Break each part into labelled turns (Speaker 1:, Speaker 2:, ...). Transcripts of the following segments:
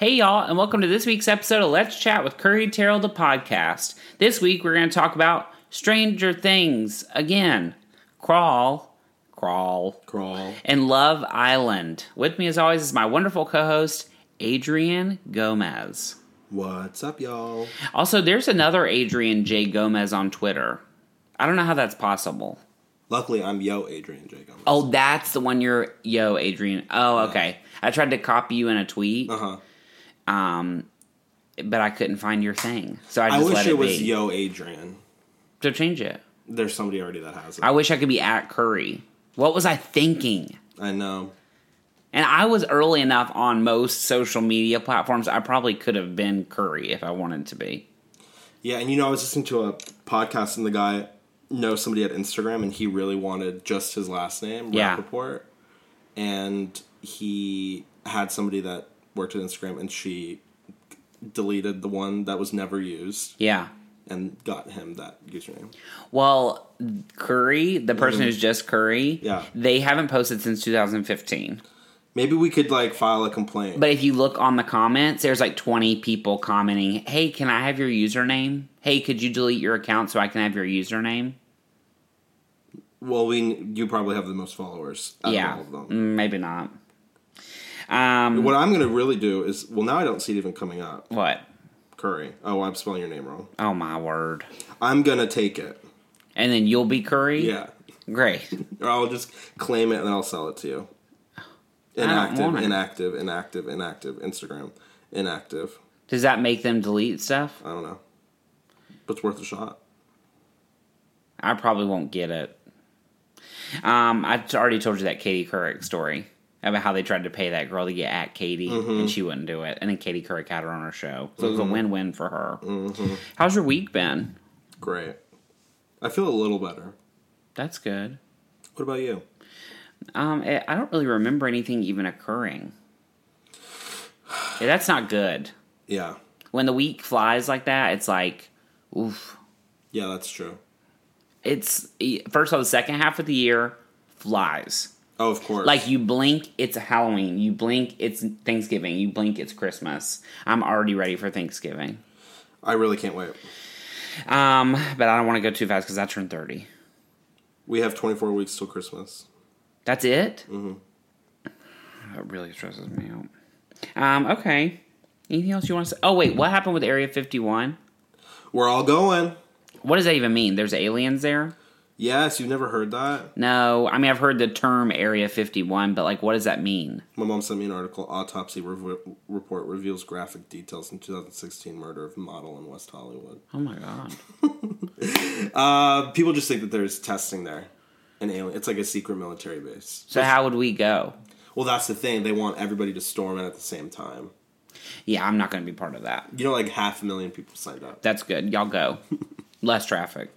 Speaker 1: y'all, and welcome to this week's episode of Let's Chat with Curry Terrell, the podcast. This week, we're going to talk about Stranger Things again, Crawl, Crawl,
Speaker 2: Crawl.
Speaker 1: and Love Island. With me, as always, is my wonderful co host, Adrian Gomez.
Speaker 2: What's up, y'all?
Speaker 1: Also, there's another Adrian J. Gomez on Twitter. I don't know how that's possible.
Speaker 2: Luckily, I'm Yo Adrian Jacob.
Speaker 1: Oh, that's the one you're, yo, Adrian. Oh, okay. I tried to copy you in a tweet,
Speaker 2: Uh huh.
Speaker 1: um, but I couldn't find your thing, so I
Speaker 2: I
Speaker 1: just
Speaker 2: wish
Speaker 1: let
Speaker 2: it,
Speaker 1: it,
Speaker 2: was
Speaker 1: be.
Speaker 2: Yo Adrian.
Speaker 1: so change it.
Speaker 2: There's somebody already that has it.
Speaker 1: I
Speaker 2: I
Speaker 1: wish I could be at Curry. What was I thinking?
Speaker 2: know.
Speaker 1: And I was early enough on most social media platforms. I probably could have been Curry if I wanted to be.
Speaker 2: Yeah, and you know, I was listening to a podcast and the guy knows somebody at Instagram and he really wanted just his last name,
Speaker 1: Yeah.
Speaker 2: Rappaport. And he had somebody that worked at Instagram and she deleted the one that was never used
Speaker 1: Yeah.
Speaker 2: and got him that username.
Speaker 1: Well, Curry, the person who's just Curry,
Speaker 2: Yeah.
Speaker 1: they haven't posted since 2015.
Speaker 2: Maybe we could like file a complaint.
Speaker 1: But if you look on the comments, there's like 20 people commenting, "Hey, can I have your username? Hey, could you delete your account so I can have your username?"
Speaker 2: Well, we you probably have the most followers. Out
Speaker 1: yeah,
Speaker 2: of all of them.
Speaker 1: Mm, maybe not. Um,
Speaker 2: What I'm gonna really do is well now I don't see it even coming up.
Speaker 1: what?
Speaker 2: Curry. Oh, I'm spelling your name wrong.
Speaker 1: Oh my word!
Speaker 2: I'm gonna take it.
Speaker 1: And then you'll be Curry.
Speaker 2: Yeah,
Speaker 1: great.
Speaker 2: or I'll just claim it and I'll sell it to you.
Speaker 1: don't
Speaker 2: Inactive,
Speaker 1: want it.
Speaker 2: inactive, inactive, inactive. Instagram, inactive.
Speaker 1: Does that make them delete stuff?
Speaker 2: I don't know, but it's worth a shot.
Speaker 1: I probably won't get it. Um, I t- already told you that Katie Couric story about how they tried to pay that girl to get at Katie and she wouldn't do it, and then Katie Couric had her on her show, so it was a win-win for her. How's your week been?
Speaker 2: Great. I feel a little better.
Speaker 1: That's good.
Speaker 2: What about you?
Speaker 1: Um, I I don't really remember anything even occurring. Yeah, that's not good.
Speaker 2: Yeah,
Speaker 1: When the week flies like that, it's like, oof.
Speaker 2: yeah, that's true.
Speaker 1: It's e, first of all, the second half of the year flies.
Speaker 2: Oh, of course.
Speaker 1: Like you blink, it's Halloween. You blink, it's Thanksgiving. You blink, it's Christmas. I'm already ready for Thanksgiving.
Speaker 2: I really can't wait.
Speaker 1: Um, but I don't want to go too fast because I turned thirty.
Speaker 2: We have 24 weeks till Christmas.
Speaker 1: That's it. Mm-hmm. That really stresses me out. Um, okay. Anything else you want to say? Oh wait, what happened with Area Fifty One?
Speaker 2: We're all going.
Speaker 1: What does that even mean? There's aliens there?
Speaker 2: Yes, you've never heard that.
Speaker 1: No, I mean I've heard the term Area Fifty One, but like, what does that mean?
Speaker 2: My mom sent me an article. Autopsy rev- report reveals graphic details in 2016 murder of model in West Hollywood.
Speaker 1: Oh my god.
Speaker 2: Uh, people just think that there's testing there, an alien. It's like a secret military base.
Speaker 1: So how would we go?
Speaker 2: Well, that's the thing. They want everybody to storm it at the same time.
Speaker 1: Yeah, I'm not going to be part of that.
Speaker 2: You know, like half a million people signed up.
Speaker 1: That's good. Y'all go. Less traffic.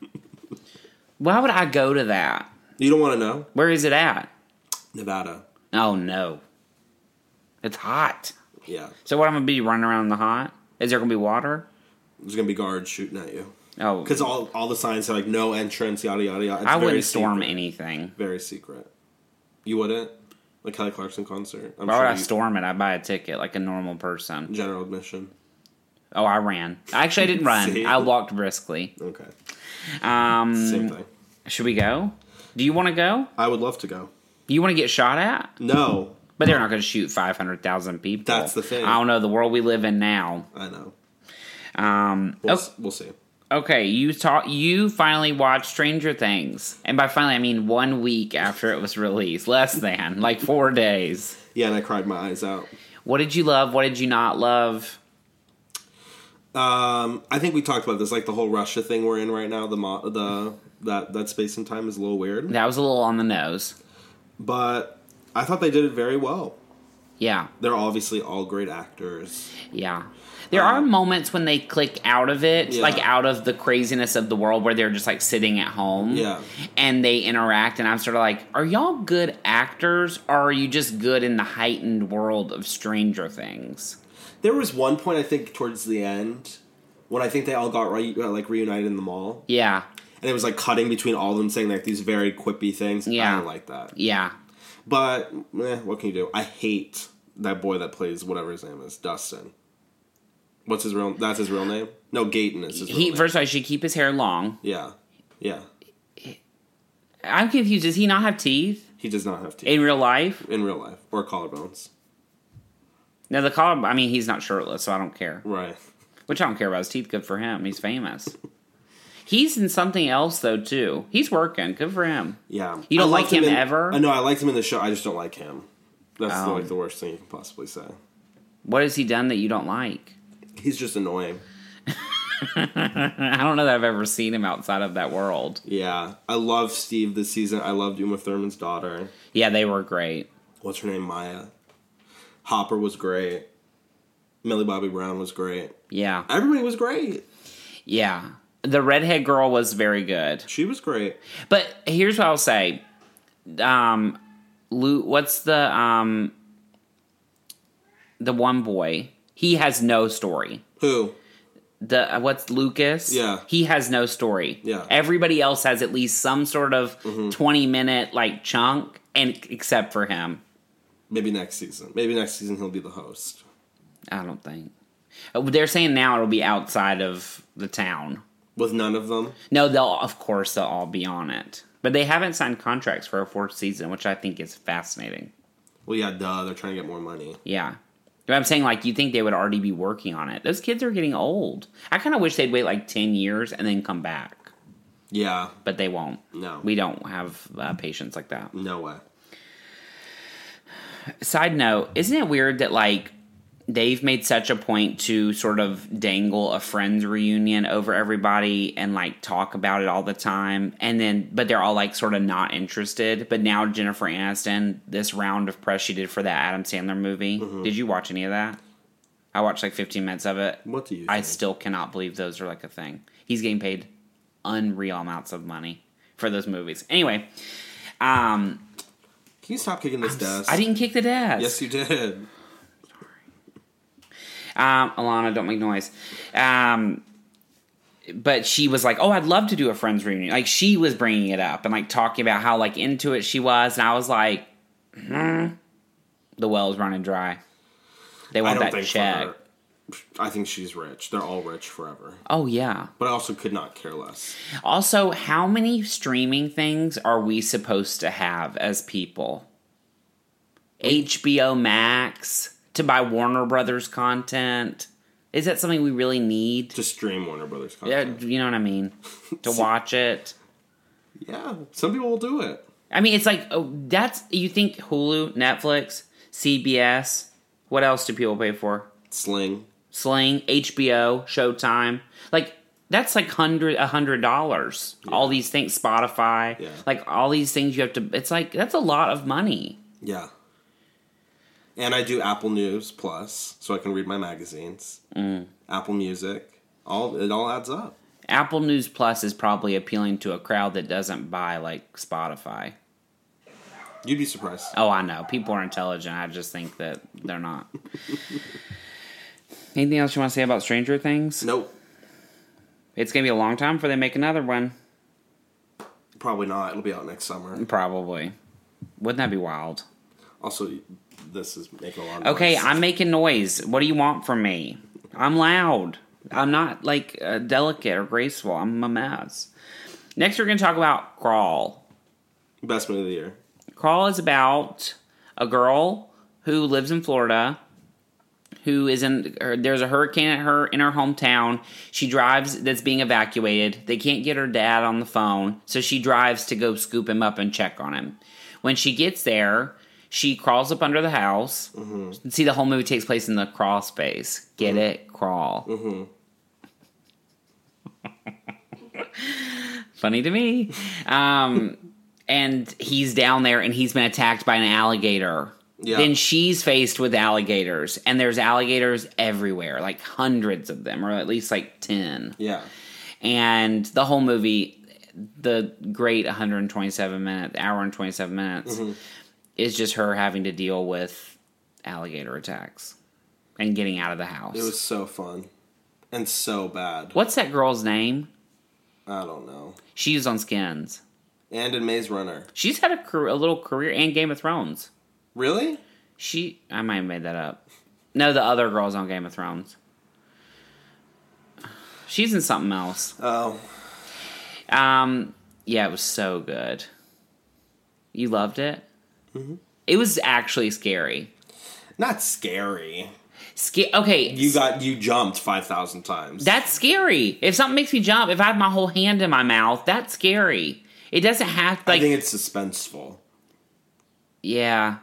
Speaker 1: Why would I go to that?
Speaker 2: You don't want to know
Speaker 1: Where is it at?
Speaker 2: Nevada.
Speaker 1: Oh no. It's hot.
Speaker 2: Yeah,
Speaker 1: So what I'm gonna be running around in the hot? Is there gonna be water?
Speaker 2: there's gonna be guards shooting at you
Speaker 1: Oh,
Speaker 2: because all all the signs are like no entrance, yada yada yada. It's
Speaker 1: I
Speaker 2: very
Speaker 1: wouldn't storm
Speaker 2: secret.
Speaker 1: anything.
Speaker 2: Very secret. You wouldn't like Kelly Clarkson concert. I'm
Speaker 1: Why would I
Speaker 2: you-
Speaker 1: storm it? I buy a ticket like a normal person.
Speaker 2: general admission.
Speaker 1: Oh, I ran. Actually, I didn't run.
Speaker 2: See?
Speaker 1: I walked briskly.
Speaker 2: Okay,
Speaker 1: Um,
Speaker 2: same thing.
Speaker 1: should we go? Do you want to go?
Speaker 2: I would love to go.
Speaker 1: You want to get shot at?
Speaker 2: No,
Speaker 1: But they're not going to shoot 500,000 people.
Speaker 2: That's the thing.
Speaker 1: I don't know. The world we live in now.
Speaker 2: I know.
Speaker 1: Um,
Speaker 2: We'll,
Speaker 1: o-
Speaker 2: s- we'll see.
Speaker 1: okay, you talk, you finally watched Stranger Things. And by finally, I mean one week after it was released. Less than, like four days.
Speaker 2: Yeah, and I cried my eyes out.
Speaker 1: What did you love? What did you not love?
Speaker 2: Um, I think we talked about this, like the whole Russia thing we're in right now. The mo- the that that space and time is a little weird,
Speaker 1: That was a little on the nose.
Speaker 2: but I thought they did it very well.
Speaker 1: Yeah,
Speaker 2: They're obviously all great actors.
Speaker 1: yeah. There are moments when they click out of it,
Speaker 2: Um, Yeah.
Speaker 1: like out of the craziness of the world where they're just like sitting at home.
Speaker 2: Yeah.
Speaker 1: and they interact and i'm sort of like are y'all good actors or are you just good in the heightened world of stranger things
Speaker 2: There was one point I think towards the end when I think they all got re- uh, like reunited in the mall,
Speaker 1: yeah
Speaker 2: and it was like cutting between all of them saying like these very quippy things.
Speaker 1: Yeah.
Speaker 2: I don't like that.
Speaker 1: yeah
Speaker 2: But eh, what can you do? I hate that boy that plays whatever his name is, Dustin. What's his real? That's his real name. No, Gayton is his real
Speaker 1: He
Speaker 2: name.
Speaker 1: first of all, he should keep his hair long.
Speaker 2: yeah, yeah.
Speaker 1: I'm confused. Does he not have teeth
Speaker 2: He does not have teeth
Speaker 1: in real life?
Speaker 2: in real life or collarbones.
Speaker 1: No, the collar. I mean, he's not shirtless, so I don't care.
Speaker 2: Right.
Speaker 1: Which I don't care about his teeth. Good for him. He's famous. He's in something else though too. He's working. Good for him.
Speaker 2: Yeah.
Speaker 1: You don't
Speaker 2: I
Speaker 1: like
Speaker 2: liked
Speaker 1: him
Speaker 2: in,
Speaker 1: ever?
Speaker 2: I know. I liked him in the show. I just don't like him. That's
Speaker 1: Oh.
Speaker 2: like the worst thing you can possibly say.
Speaker 1: What has he done that you don't like?
Speaker 2: He's just annoying.
Speaker 1: I don't know that I've ever seen him outside of that world.
Speaker 2: Yeah. I love Steve this season. I loved Uma Thurman's daughter.
Speaker 1: Yeah, they were great.
Speaker 2: What's her name? Maya. Hopper was great. Millie Bobby Brown was great.
Speaker 1: Yeah,
Speaker 2: Everybody was great.
Speaker 1: yeah. The redhead girl was very good.
Speaker 2: She was great.
Speaker 1: But here's what I'll say. Um, Lou, what's the um, the one boy? He has no story.
Speaker 2: Who?
Speaker 1: The uh, what's Lucas?
Speaker 2: Yeah.
Speaker 1: he has no story.
Speaker 2: Yeah. Mm-hmm.
Speaker 1: everybody else has at least some sort of twenty minute like chunk, and except for him,
Speaker 2: Maybe next season. Maybe next season he'll be the host.
Speaker 1: I don't think. Oh, They're saying now it'll be outside of the town.
Speaker 2: With none of them.
Speaker 1: No, they'll of course they'll all be on it, but they haven't signed contracts for a fourth season, which I think is fascinating.
Speaker 2: Well, yeah, duh. They're trying to get more money.
Speaker 1: Yeah. But I'm saying, like, you think they would already be working on it. Those kids are getting old. I kind of wish they'd wait like 10 years and then come back,
Speaker 2: Yeah.
Speaker 1: but they won't.
Speaker 2: No.
Speaker 1: We don't have uh, patience like that.
Speaker 2: No way.
Speaker 1: Side note, isn't it weird that, like, they've made such a point to sort of dangle a friends reunion over everybody and, like, talk about it all the time? And then, but they're all, like, sort of not interested. But now, Jennifer Aniston, this round of press she did for that Adam Sandler movie, did you watch any of that? I watched like 15 minutes of it.
Speaker 2: What do you?
Speaker 1: I
Speaker 2: Think?
Speaker 1: still cannot believe those are like a thing. He's getting paid unreal amounts of money for those movies. Anyway, um,
Speaker 2: Can you stop kicking this desk?
Speaker 1: I didn't kick the desk.
Speaker 2: Yes, you did.
Speaker 1: Um, Alana, don't make noise. Um, but she was like, "Oh, I'd love to do a friends reunion." Like she was bringing it up and like talking about how like into it she was, and I was like, hmm, "The well's running dry. They
Speaker 2: I
Speaker 1: want
Speaker 2: don't
Speaker 1: that
Speaker 2: think
Speaker 1: check."
Speaker 2: for her. I think she's rich. They're all rich forever.
Speaker 1: Oh yeah.
Speaker 2: But I also could not care less.
Speaker 1: Also, how many streaming things are we supposed to have as people? HBO Max to buy Warner Brothers content. Is that something we really need?
Speaker 2: Just stream Warner Brothers
Speaker 1: Yeah,
Speaker 2: content.
Speaker 1: uh, you know what I mean? To watch it.
Speaker 2: Yeah. Some people will do it.
Speaker 1: I mean, it's like oh, that's you think Hulu, Netflix, CBS. What else do people pay for?
Speaker 2: Sling.
Speaker 1: Sling, HBO, Showtime. Like that's like hundred a hundred dollars. All these things, Spotify,
Speaker 2: Yeah.
Speaker 1: like all these things you have to. It's like that's a lot of money.
Speaker 2: Yeah. And I do Apple News Plus, so I can read my magazines.
Speaker 1: Mm.
Speaker 2: Apple Music. All it all adds up.
Speaker 1: Apple News Plus is probably appealing to a crowd that doesn't buy like Spotify.
Speaker 2: You'd be surprised.
Speaker 1: Oh, I know people are intelligent. I just think that they're not. Anything else you want to say about Stranger Things?
Speaker 2: Nope.
Speaker 1: It's gonna be a long time before they make another one.
Speaker 2: Probably not. It'll be out next summer.
Speaker 1: Probably. Wouldn't that be wild?
Speaker 2: Also, this is making a lot of
Speaker 1: Okay,
Speaker 2: noise.
Speaker 1: I'm making noise. What do you want from me? I'm loud. I'm not like uh, delicate or graceful. I'm a mess. Next, we're going to talk about Crawl.
Speaker 2: Best movie of the year.
Speaker 1: Crawl is about a girl who lives in Florida who is in her, there's a hurricane at her in her hometown. She drives that's being evacuated. They can't get her dad on the phone, so she drives to go scoop him up and check on him. When she gets there, she crawls up under the house. See, the whole movie takes place in the crawl space. Get it? Crawl. Funny to me. Um, and he's down there and he's been attacked by an alligator.
Speaker 2: Yeah.
Speaker 1: Then she's faced with alligators, and there's alligators everywhere, like hundreds of them, or at least like 10.
Speaker 2: Yeah.
Speaker 1: And the whole movie, the great 127 minute, hour and 27 minutes,
Speaker 2: Mm-hmm.
Speaker 1: is just her having to deal with alligator attacks and getting out of the house.
Speaker 2: It was so fun. And so bad.
Speaker 1: What's that girl's name?
Speaker 2: I don't know.
Speaker 1: She was on Skins.
Speaker 2: And in Maze Runner.
Speaker 1: She's had a, career, a little career and Game of Thrones.
Speaker 2: Really?
Speaker 1: She, I might have made that up. No, the other girl's on Game of Thrones. She's in something else.
Speaker 2: Oh,
Speaker 1: Um, yeah, it was so good. You loved it.
Speaker 2: Mm-hmm.
Speaker 1: It was actually scary.
Speaker 2: not scary.
Speaker 1: Sca- okay,
Speaker 2: You got you jumped five thousand times.
Speaker 1: that's scary. If something makes me jump, if I have my whole hand in my mouth, that's scary. It doesn't have
Speaker 2: I
Speaker 1: like
Speaker 2: think it's suspenseful.
Speaker 1: yeah.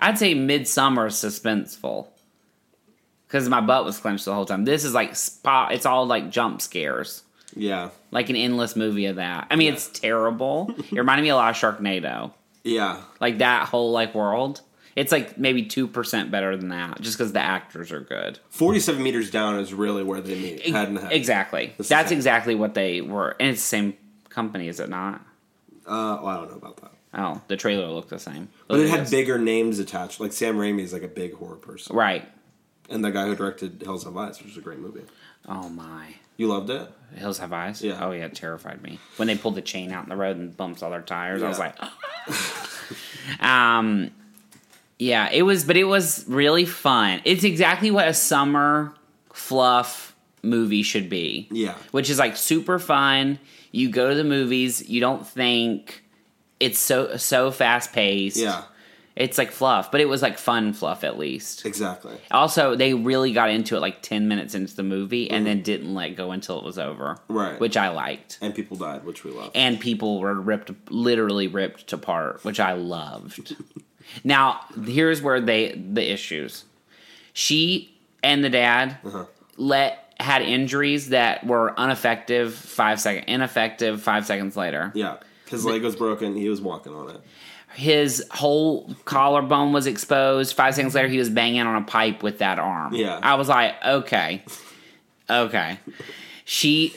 Speaker 1: I'd say midsummer is suspenseful because my butt was clenched the whole time. This is like spot. It's all like jump scares.
Speaker 2: Yeah,
Speaker 1: like an endless movie of that. I mean, it's terrible. It reminded me a lot of Sharknado,
Speaker 2: yeah.
Speaker 1: like that whole like world. It's like maybe two percent better than that, just because the actors are good.
Speaker 2: Forty-seven meters down is really where they meet head and head.
Speaker 1: Exactly.
Speaker 2: This is
Speaker 1: That's
Speaker 2: it.
Speaker 1: exactly what they were, and it's the same company, is it not?
Speaker 2: Uh, well, I don't know about that,
Speaker 1: Oh, the trailer looked the same,
Speaker 2: but it had bigger names attached. Like Sam Raimi is like a big horror person,
Speaker 1: right.
Speaker 2: and the guy who directed Hills Have Eyes, which is a great movie.
Speaker 1: Oh my,
Speaker 2: You loved it.
Speaker 1: Hills Have Eyes.
Speaker 2: Yeah.
Speaker 1: Oh yeah, it terrified me when they pulled the chain out in the road and bumped all their tires. I was
Speaker 2: Yeah.
Speaker 1: like, um, yeah, it was, but it was really fun. It's exactly what a summer fluff movie should be.
Speaker 2: Yeah.
Speaker 1: which is like super fun. You go to the movies, you don't think it's so so fast paced.
Speaker 2: Yeah,
Speaker 1: it's like fluff, but it was like fun fluff at least.
Speaker 2: exactly.
Speaker 1: Also, they really got into it like 10 minutes into the movie and then didn't let go until it was over.
Speaker 2: Mm-hmm. Right.
Speaker 1: Which I liked.
Speaker 2: And people died, which we love.
Speaker 1: And people were ripped, literally ripped apart, which I loved. now, here's where they, the issues. She and the dad let, had injuries that were ineffective five second, ineffective five seconds later.
Speaker 2: yeah, his leg was broken. He was walking on it.
Speaker 1: his whole collarbone was exposed. Five seconds later, he was banging on a pipe with that arm.
Speaker 2: Yeah.
Speaker 1: I was like, okay, okay. She,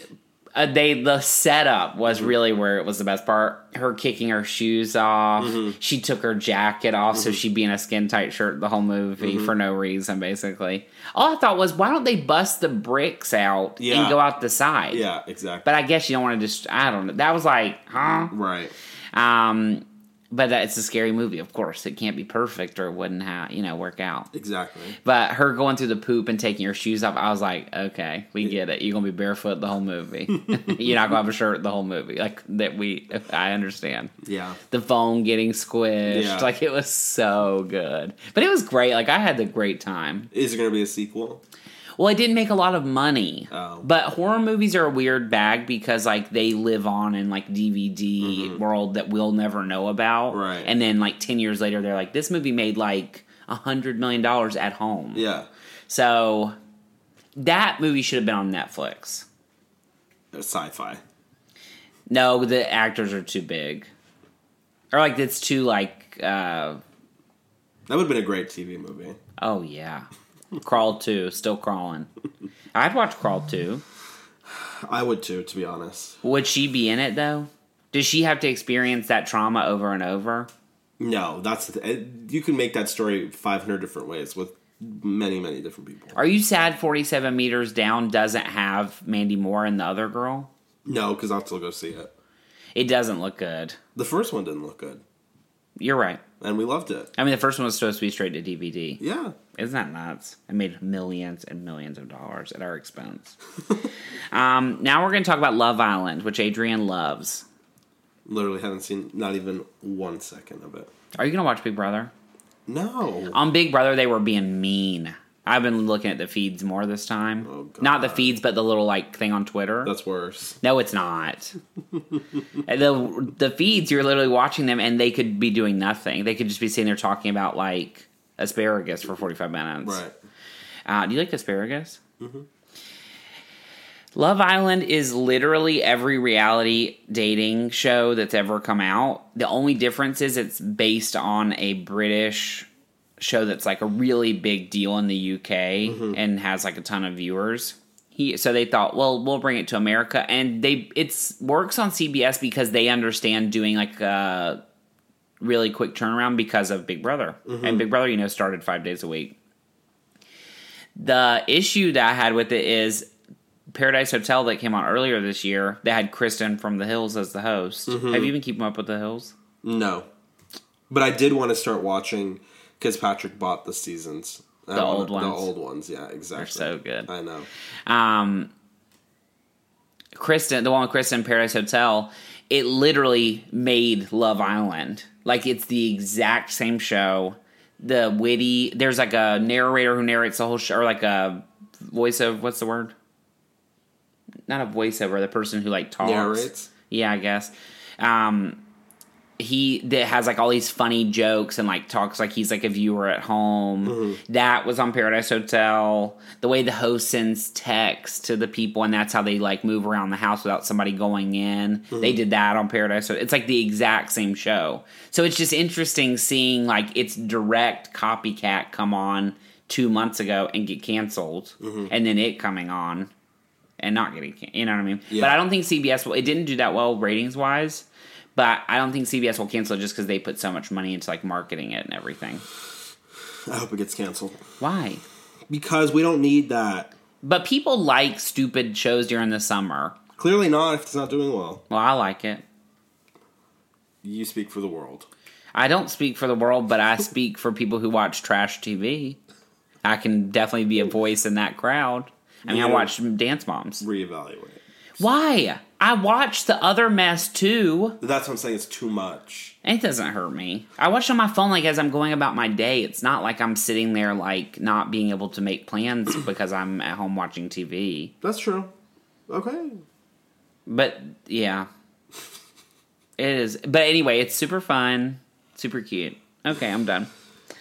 Speaker 1: uh, they, the setup was
Speaker 2: Mm-hmm.
Speaker 1: really where it was the best part. Her kicking her shoes off.
Speaker 2: Mm-hmm.
Speaker 1: She took her jacket off, so she'd be in a skin tight shirt the whole movie
Speaker 2: Mm-hmm.
Speaker 1: for no reason, basically. All I thought was, why don't they bust the bricks out and
Speaker 2: Yeah.
Speaker 1: go out the side?
Speaker 2: Yeah, exactly.
Speaker 1: But I guess you don't want to just, I don't know. That was like, huh?
Speaker 2: right.
Speaker 1: Um, but that- it's a scary movie, of course. It can't be perfect or it wouldn't have you know work out.
Speaker 2: Exactly.
Speaker 1: But her going through the poop and taking her shoes off, I was like, okay, we get it. You're gonna be barefoot the whole movie. You're not gonna have a shirt the whole movie. Like that, we I understand.
Speaker 2: Yeah.
Speaker 1: The phone getting squished,
Speaker 2: Yeah.
Speaker 1: like it was so good, but it was great. Like I had the great time.
Speaker 2: Is there going to be a sequel?
Speaker 1: Well, it didn't make a lot of money,
Speaker 2: Oh.
Speaker 1: but horror movies are a weird bag because like they live on in like DVD world that we'll never know about.
Speaker 2: Mm-hmm. Right.
Speaker 1: And then like ten years later, they're like, this movie made like a hundred million dollars at home.
Speaker 2: Yeah.
Speaker 1: So that movie should have been on Netflix.
Speaker 2: Sci-fi.
Speaker 1: No, the actors are too big, or like it's too like. uh
Speaker 2: That would have been a great TV movie.
Speaker 1: Oh yeah, Crawl Two, still crawling. I'd watch Crawl Two.
Speaker 2: I would too, to be honest.
Speaker 1: Would she be in it though? Does she have to experience that trauma over and over?
Speaker 2: No, that's the th- you can make that story 500 different ways with many, many different people.
Speaker 1: Are you sad 47 meters down doesn't have Mandy Moore and the other girl?
Speaker 2: No, because I'll still go see it.
Speaker 1: It doesn't look good.
Speaker 2: The first one didn't look good,
Speaker 1: You're right.
Speaker 2: and we loved it.
Speaker 1: I mean, the first one was supposed to be straight to DVD.
Speaker 2: Yeah,
Speaker 1: Isn't that nuts? It made millions and millions of dollars at our expense. um, now we're going to talk about Love Island, which Adrian loves.
Speaker 2: literally haven't seen not even one second of it.
Speaker 1: Are you going to watch Big Brother?
Speaker 2: No,
Speaker 1: On Big Brother, they were being mean. I've been looking at the feeds more this time.
Speaker 2: Oh, God.
Speaker 1: Not the feeds, but the little like thing on Twitter.
Speaker 2: that's worse.
Speaker 1: No, it's not. And the the feeds you're literally watching them, and they could be doing nothing. They could just be sitting there talking about like asparagus for 45 minutes.
Speaker 2: Right.
Speaker 1: Uh, do you like asparagus? Love Island is literally every reality dating show that's ever come out. The only difference is it's based on a British show that's like a really big deal in the UK and has like a ton of viewers. He, so they thought, well, we'll bring it to America, and they it's works on CBS because they understand doing like a really quick turnaround because of Big Brother, and Big Brother, you know, started five days a week. The issue that I had with it is Paradise Hotel that came out earlier this year. They had Kristen from The Hills as the host. Have you been keeping up with The Hills?
Speaker 2: No, but I did want to start watching because Patrick bought the seasons. The
Speaker 1: old
Speaker 2: The
Speaker 1: ones.
Speaker 2: old ones. Yeah, exactly.
Speaker 1: so good.
Speaker 2: I know.
Speaker 1: Um, Kristen, the one with Kristen Paradise Hotel, it literally made Love Island. Like it's the exact same show. The witty, there's like a narrator who narrates the whole show, or like a voice of what's the word? Not a voiceover, the person who like talks.
Speaker 2: Narrates?
Speaker 1: Yeah, I guess. Um, he that has like all these funny jokes and like talks like he's like a viewer at home. That was on Paradise Hotel. The way the host sends text to the people and that's how they like move around the house without somebody going in. They did that on Paradise Hotel. It's like the exact same show. So it's just interesting seeing like its direct copycat come on two months ago and get canceled and then it coming on and not getting can- you know what I mean.
Speaker 2: Yeah.
Speaker 1: But I don't think CBS will. It didn't do that well ratings wise. But I don't think CBS will cancel it just because they put so much money into like marketing it and everything.
Speaker 2: I hope it gets canceled
Speaker 1: Why?
Speaker 2: because we don't need that.
Speaker 1: But people like stupid shows during the summer.
Speaker 2: Clearly not if it's not doing well.
Speaker 1: Well, I like it.
Speaker 2: You speak for the world.
Speaker 1: I don't speak for the world, but I speak for people who watch trash TV. I can definitely be a voice in that crowd. I mean, I
Speaker 2: Yeah.
Speaker 1: watched Dance Moms.
Speaker 2: Reevaluate.
Speaker 1: Why? I watched the other mess too.
Speaker 2: That's what I'm saying. It's too much.
Speaker 1: It doesn't hurt me. I watch on my phone like as I'm going about my day. It's not like I'm sitting there like not being able to make plans because I'm at home watching TV.
Speaker 2: That's true. Okay.
Speaker 1: But yeah. It is. But anyway, it's super fun, super cute. Okay, I'm done.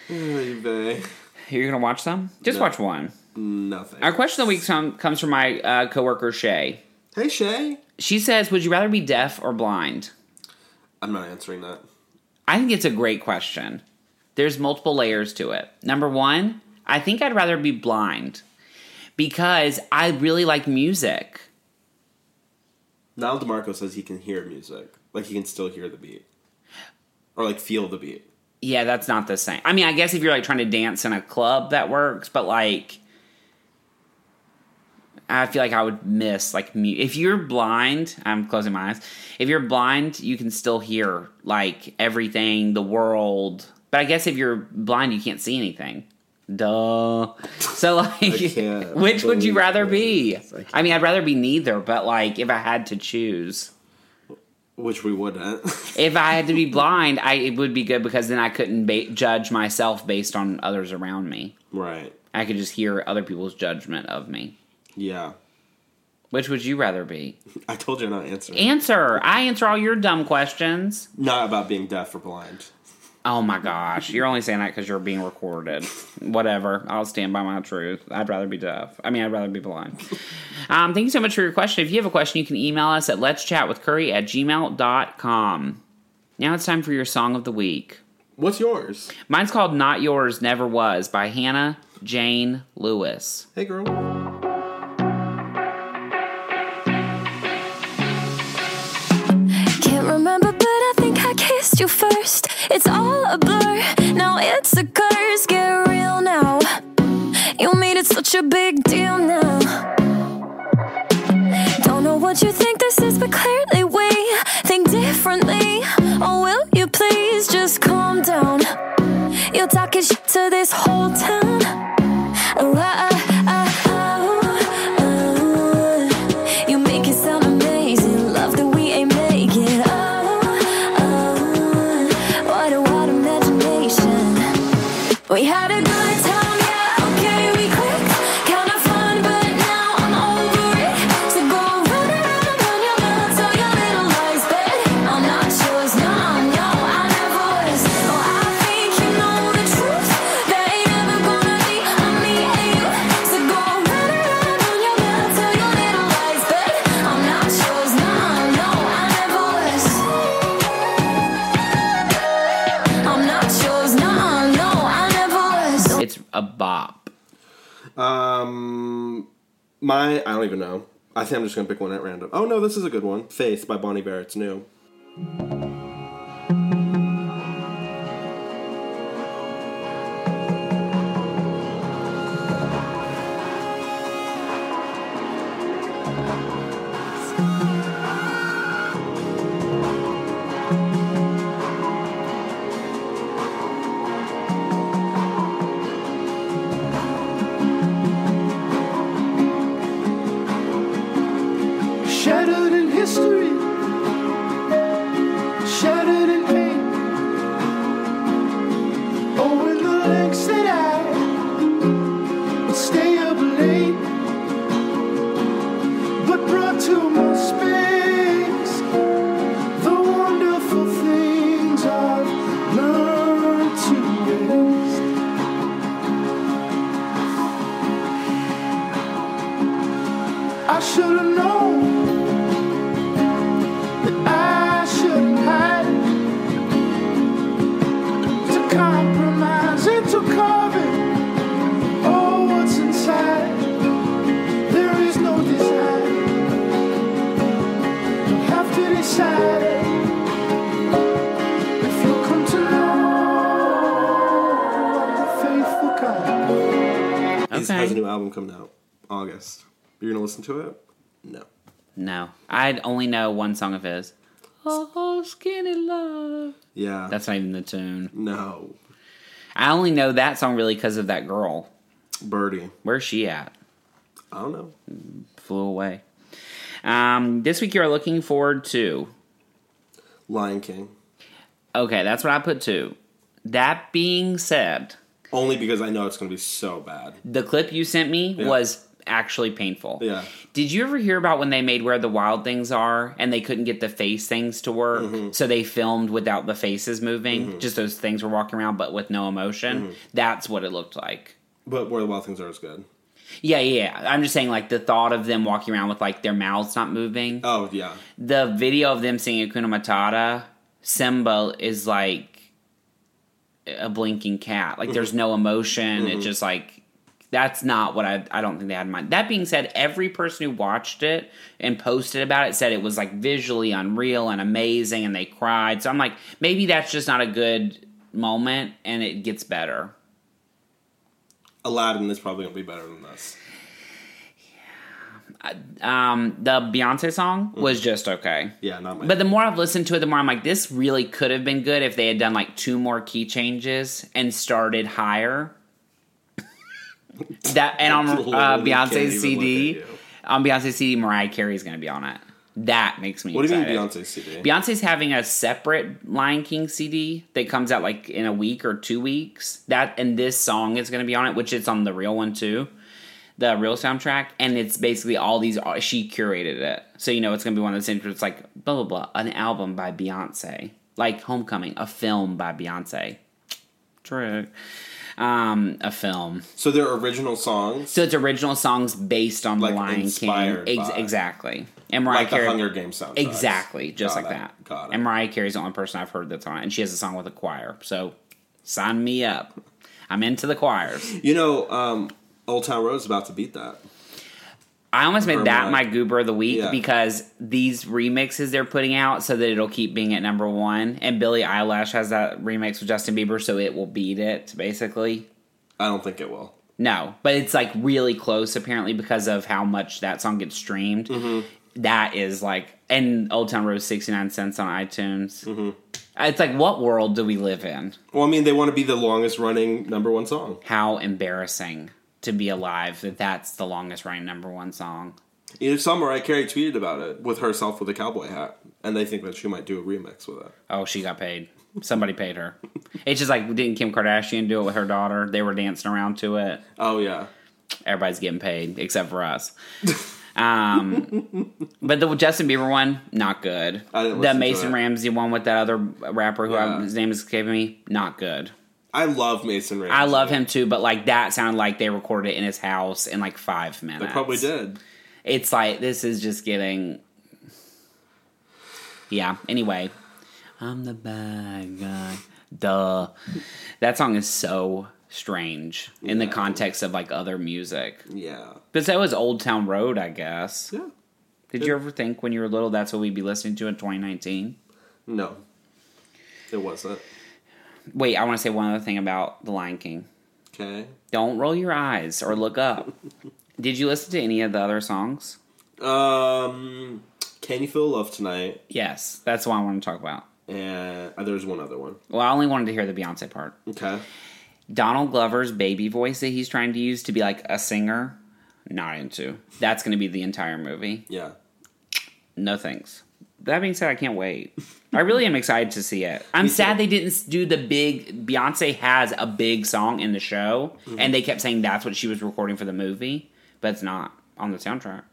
Speaker 2: Baby.
Speaker 1: You're going to watch some? Just
Speaker 2: No.
Speaker 1: watch one.
Speaker 2: Nothing.
Speaker 1: Our question of the week com- comes from my uh, coworker Shay.
Speaker 2: Hey Shay.
Speaker 1: She says, "Would you rather be deaf or blind?"
Speaker 2: I'm not answering that.
Speaker 1: I think it's a great question. There's multiple layers to it. Number one, I think I'd rather be blind because I really like music.
Speaker 2: Niall DeMarco says he can hear music. Like he can still hear the beat. Or like feel the beat.
Speaker 1: Yeah, that's not the same. I mean, I guess if you're like trying to dance in a club, that works, but like, I feel like I would miss like mu- if you're blind. I'm closing my eyes. If you're blind, you can still hear like everything, the world. But I guess if you're blind, you can't see anything. Duh. So like,
Speaker 2: can't
Speaker 1: which would you
Speaker 2: believe
Speaker 1: rather
Speaker 2: this.
Speaker 1: be?
Speaker 2: I can't.
Speaker 1: I mean, I'd rather be neither. But like, if I had to choose.
Speaker 2: Which we wouldn't.
Speaker 1: If I had to be blind, I it would be good because then I couldn't ba- judge myself based on others around me.
Speaker 2: right.
Speaker 1: I could just hear other people's judgment of me.
Speaker 2: Yeah.
Speaker 1: Which would you rather be?
Speaker 2: I told you I'm not answering.
Speaker 1: Answer. I answer all your dumb questions.
Speaker 2: not about being deaf or blind.
Speaker 1: Oh my gosh, you're only saying that because you're being recorded. Whatever. I'll stand by my truth. I'd rather be deaf. I mean, I'd rather be blind. Um, thank you so much for your question. If you have a question, you can email us at let's chat with curry at gmail.com. Now it's time for your song of the week.
Speaker 2: What's yours?
Speaker 1: Mine's called Not Yours Never Was by Hannah Jane Lewis.
Speaker 2: Hey girl.
Speaker 3: Can't remember, but I think I kissed you first. It's all a blur, now it's a curse. Get real now. You made it such a big deal now. Don't know what you think this is, but clearly we think differently. Oh, will you please just calm down? You're talking shit to this whole town. Oh, ah, ah, ah, oh, oh. You make it sound amazing. Love that we ain't making. Oh, oh, what a wild imagination. We had a good time, yeah, okay, we clicked. Kinda fun, but now I'm over it. So go run around on your mouth, tell your little lies, but I'm not yours, no, no, I never was. Oh, I think you know the truth. There ain't ever gonna be a me and you. So go run around on your mouth, tell your little lies, but I'm not yours, no, no, I never was. I'm not yours, no, no, I never was.
Speaker 1: It's a bop.
Speaker 2: Um, my I don't even know. I think I'm just gonna pick one at random. Oh no, this is a good one. Faith by Bonnie Barrett's new.
Speaker 4: Shed Oh, I should have known that I should have had to compromise and to cover all what's inside. There is no design. You have to decide it. if you come to know I'm a faithful God.
Speaker 2: He's-
Speaker 1: Okay.
Speaker 2: has a new album coming out August. You're gonna listen to it? No.
Speaker 1: No, I only know one song of his. Oh, skinny love.
Speaker 2: Yeah.
Speaker 1: That's not even the tune.
Speaker 2: no.
Speaker 1: I only know that song really because of that girl.
Speaker 2: Birdie.
Speaker 1: Where's she at?
Speaker 2: I don't know.
Speaker 1: Flew away. Um, this week you are looking forward to.
Speaker 2: Lion King.
Speaker 1: Okay, that's what I put too. That being said,
Speaker 2: Only because I know it's gonna be so bad.
Speaker 1: the clip you sent me
Speaker 2: Yeah.
Speaker 1: was actually painful.
Speaker 2: Yeah.
Speaker 1: Did you ever hear about when they made Where the Wild Things Are and they couldn't get the face things to work?
Speaker 2: Mm-hmm.
Speaker 1: So they filmed without the faces moving, just those things were walking around but with no emotion.
Speaker 2: Mm-hmm.
Speaker 1: That's what it looked like.
Speaker 2: But Where the Wild Things Are is good.
Speaker 1: Yeah, yeah. yeah. I'm just saying, like, the thought of them walking around with, like, their mouths not moving.
Speaker 2: Oh yeah.
Speaker 1: the video of them singing Akuna Matata, Simba is like a blinking cat. Like there's no emotion. It's just like that's not what I I don't think they had in mind. That being said, every person who watched it and posted about it said it was like visually unreal and amazing and they cried. So I'm like, maybe that's just not a good moment and it gets better.
Speaker 2: Aladdin is probably gonna be better than this.
Speaker 1: Um the Beyonce song was just okay.
Speaker 2: Yeah, not my
Speaker 1: But the more I've listened to it, the more I'm like, this really could have been good if they had done like two more key changes and started higher. that and on uh,
Speaker 2: Literally can't even
Speaker 1: Beyonce's CD,
Speaker 2: look at you.
Speaker 1: on Beyonce's CD, Mariah Carey's going to be on it. That makes me.
Speaker 2: What do you mean
Speaker 1: excited.
Speaker 2: Beyonce CD?
Speaker 1: Beyonce's having a separate Lion King CD that comes out like in a week or two weeks. That and this song is going to be on it, which it's on the real one too, the real soundtrack. And it's basically all these. uh, She curated it, so you know it's going to be one of those things where it's like blah blah blah, an album by Beyonce, like Homecoming, a film by Beyonce, trick, um, a film.
Speaker 2: so their original songs,
Speaker 1: So it's original songs based on
Speaker 2: Like,
Speaker 1: the Lion King,
Speaker 2: inspired
Speaker 1: Ex-
Speaker 2: by-
Speaker 1: exactly. And Mariah
Speaker 2: like the
Speaker 1: Carey-
Speaker 2: Hunger Games soundtrack.
Speaker 1: Exactly, just
Speaker 2: Got
Speaker 1: like
Speaker 2: it,
Speaker 1: that.
Speaker 2: got it.
Speaker 1: And Mariah Carey's the only person I've heard that's on it, and she has a song with a choir. So sign me up. I'm into the choirs.
Speaker 2: You know, um, Old Town Road's about to beat that.
Speaker 1: I almost made that
Speaker 2: Vermont.
Speaker 1: my goober of the week
Speaker 2: Yeah.
Speaker 1: because these remixes they're putting out so that it'll keep being at number one. And Billie Eilish has that remix with Justin Bieber, so it will beat it, basically.
Speaker 2: I don't think it will.
Speaker 1: No, but it's like really close apparently because of how much that song gets streamed. That is like, and Old Town Road 69 cents on iTunes. It's like, what world do we live in?
Speaker 2: Well, I mean, they want to be the longest running number one song.
Speaker 1: How embarrassing to be alive that that's the longest running number one song.
Speaker 2: You saw Mariah Carey tweeted about it with herself with a cowboy hat, and they think that she might do a remix with it.
Speaker 1: Oh, she got paid. Somebody paid her. It's just like, didn't Kim Kardashian do it with her daughter? They were dancing around to it.
Speaker 2: Oh yeah,
Speaker 1: everybody's getting paid except for us. um, but the Justin Bieber one, not good.
Speaker 2: I didn't
Speaker 1: the
Speaker 2: listen to
Speaker 1: Mason
Speaker 2: it.
Speaker 1: Ramsey one with that other rapper who I,
Speaker 2: Yeah.
Speaker 1: his name is escaping me, not good.
Speaker 2: I love Mason Ramsey.
Speaker 1: I love him too, but like that sounded like they recorded it in his house in like five minutes.
Speaker 2: They probably did.
Speaker 1: It's like this is just getting. Yeah. Anyway, I'm the bad guy. Duh. That song is so strange in the
Speaker 2: Yeah.
Speaker 1: context of like other music.
Speaker 2: Yeah,
Speaker 1: But that was Old Town Road, I guess.
Speaker 2: yeah.
Speaker 1: Did you ever think when you were little that's what we'd be listening to in 2019?
Speaker 2: No, it wasn't.
Speaker 1: Wait, I want to say one other thing about The Lion King.
Speaker 2: Okay.
Speaker 1: Don't roll your eyes or look up. Did you listen to any of the other songs?
Speaker 2: Um, Can you feel love tonight?
Speaker 1: Yes, that's what I want to talk about.
Speaker 2: And uh, there's one other one.
Speaker 1: Well, I only wanted to hear the Beyonce part.
Speaker 2: Okay.
Speaker 1: Donald Glover's baby voice that he's trying to use to be like a singer, not into. That's going to be the entire movie.
Speaker 2: Yeah.
Speaker 1: No thanks. That being said, I can't wait. I really am excited to see it. I'm sad they didn't s- do the big. Beyonce has a big song in the show,
Speaker 2: Mm-hmm.
Speaker 1: and they kept saying that's what she was recording for the movie, but it's not on the soundtrack.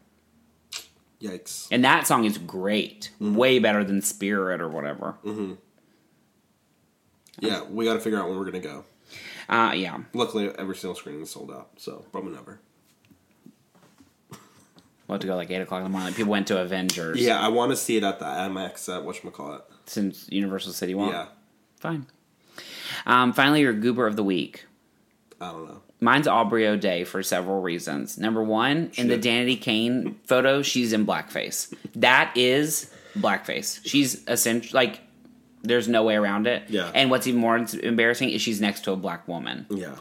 Speaker 2: Yikes.
Speaker 1: And that song is great,
Speaker 2: Mm-hmm.
Speaker 1: way better than Spirit or whatever.
Speaker 2: Yeah, we got to figure out when we're gonna go. Mm-hmm.
Speaker 1: Uh, yeah,
Speaker 2: Luckily, every single screening is sold out, so probably never.
Speaker 1: We'll have to go like eight o'clock in the morning. Like, people went to Avengers.
Speaker 2: Yeah, I want to see it at the IMAX at whatchamacallit.
Speaker 1: Since Universal City Walk.
Speaker 2: Yeah,
Speaker 1: Fine. Um, finally, your goober of the week.
Speaker 2: I don't know.
Speaker 1: Mine's Aubrey O'Day for several reasons. Number one, in the Danity Kane photo, she's in blackface. That is blackface. She's essentially like, there's no way around it.
Speaker 2: Yeah.
Speaker 1: And what's even more embarrassing is she's next to a black woman.
Speaker 2: Yeah,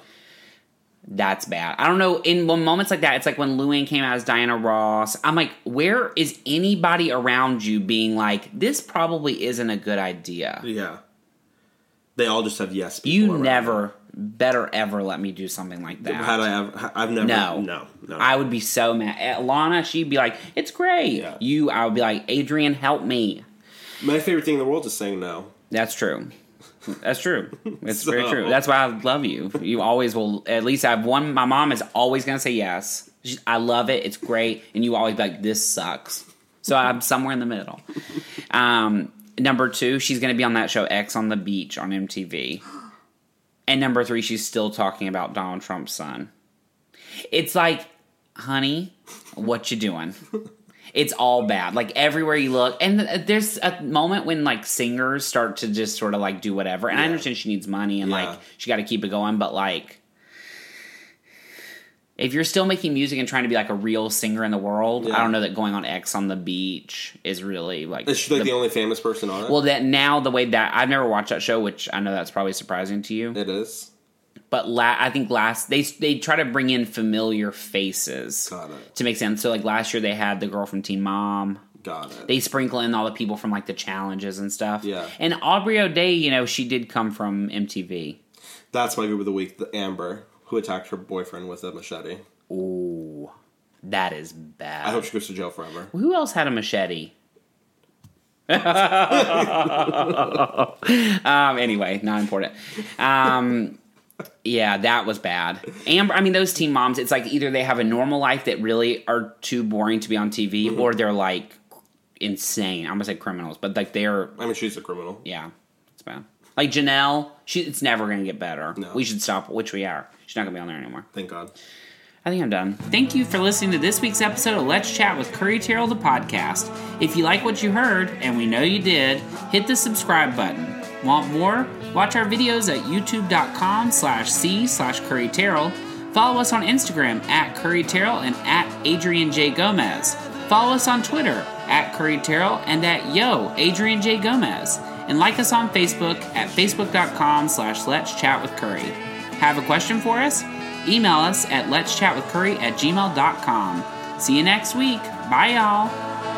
Speaker 1: That's bad. I don't know. In when moments like that, it's like when Luann came out as Diana Ross. I'm like, where is anybody around you being like, this probably isn't a good idea?
Speaker 2: yeah. They all just have yes. people
Speaker 1: You
Speaker 2: around
Speaker 1: never, better ever let me do something like that.
Speaker 2: them. Had I ever? I've never.
Speaker 1: No.
Speaker 2: no, no.
Speaker 1: I would be so mad. At Lana, she'd be like, "It's great."
Speaker 2: Yeah.
Speaker 1: You, I would be like, "Adrian, help me."
Speaker 2: My favorite thing in the world is saying no.
Speaker 1: That's true. That's true. It's very
Speaker 2: So-
Speaker 1: true. That's why I love you. You always will. At least I have one. My mom is always gonna say yes. She, I love it. It's great, and you always be like, "This sucks." So I'm somewhere in the middle. Um, number two, she's gonna be on that show X on the Beach on MTV. And number three, she's still talking about Donald Trump's son. It's like, honey, what you doing? It's all bad. Like everywhere you look, and th- there's a moment when like singers start to just sort of like do whatever. And I
Speaker 2: Yeah.
Speaker 1: understand she needs money and
Speaker 2: Yeah.
Speaker 1: like she got to keep it going, but like. If you're still making music and trying to be like a real singer in the world, I
Speaker 2: Yeah.
Speaker 1: don't know that going on X on the beach is really like
Speaker 2: Is she like
Speaker 1: the-
Speaker 2: the, only famous person on it?
Speaker 1: well that now the way that I've never watched that show, which I know that's probably surprising to you.
Speaker 2: it is.
Speaker 1: But la- I think last they they try to bring in familiar faces
Speaker 2: Got it.
Speaker 1: to make sense. So like last year they had the girl from Teen Mom.
Speaker 2: Got it.
Speaker 1: They sprinkle in all the people from like the challenges and stuff.
Speaker 2: Yeah.
Speaker 1: And Aubrey O'Day, you know, she did come from MTV.
Speaker 2: That's my group of the week. The Amber who attacked her boyfriend with a machete.
Speaker 1: Ooh, that is
Speaker 2: I
Speaker 1: bad.
Speaker 2: hope she goes to jail forever.
Speaker 1: Who else had a machete? um, anyway, not important. Um, yeah, that was bad. Amber, I mean, those teen moms, it's like either they have a normal life that really are too boring to be on TV or they're like insane. I'm going to say criminals, but like they're,
Speaker 2: I mean, she's a criminal.
Speaker 1: yeah, it's bad. Like Janelle, she, it's never going to get better.
Speaker 2: No.
Speaker 1: We should stop, which we are. She's not going to be on there anymore.
Speaker 2: Thank God.
Speaker 1: I think I'm done. Thank you for listening to this week's episode of Let's Chat with Curry Terrell, the podcast. If you like what you heard, and we know you did, hit the subscribe button. Want more? Watch our videos at youtube.com slash C slash Curry Terrell. Follow us on Instagram at Curry Terrell and at Adrian J. Gomez. Follow us on Twitter at Curry Terrell and at Yo, Adrian J. Gomez. And like us on Facebook at facebook.com slash Let's Chat with Curry. Have a question for us? Email us at let's chat with curry at gmail.com. See you next week. Bye, y'all.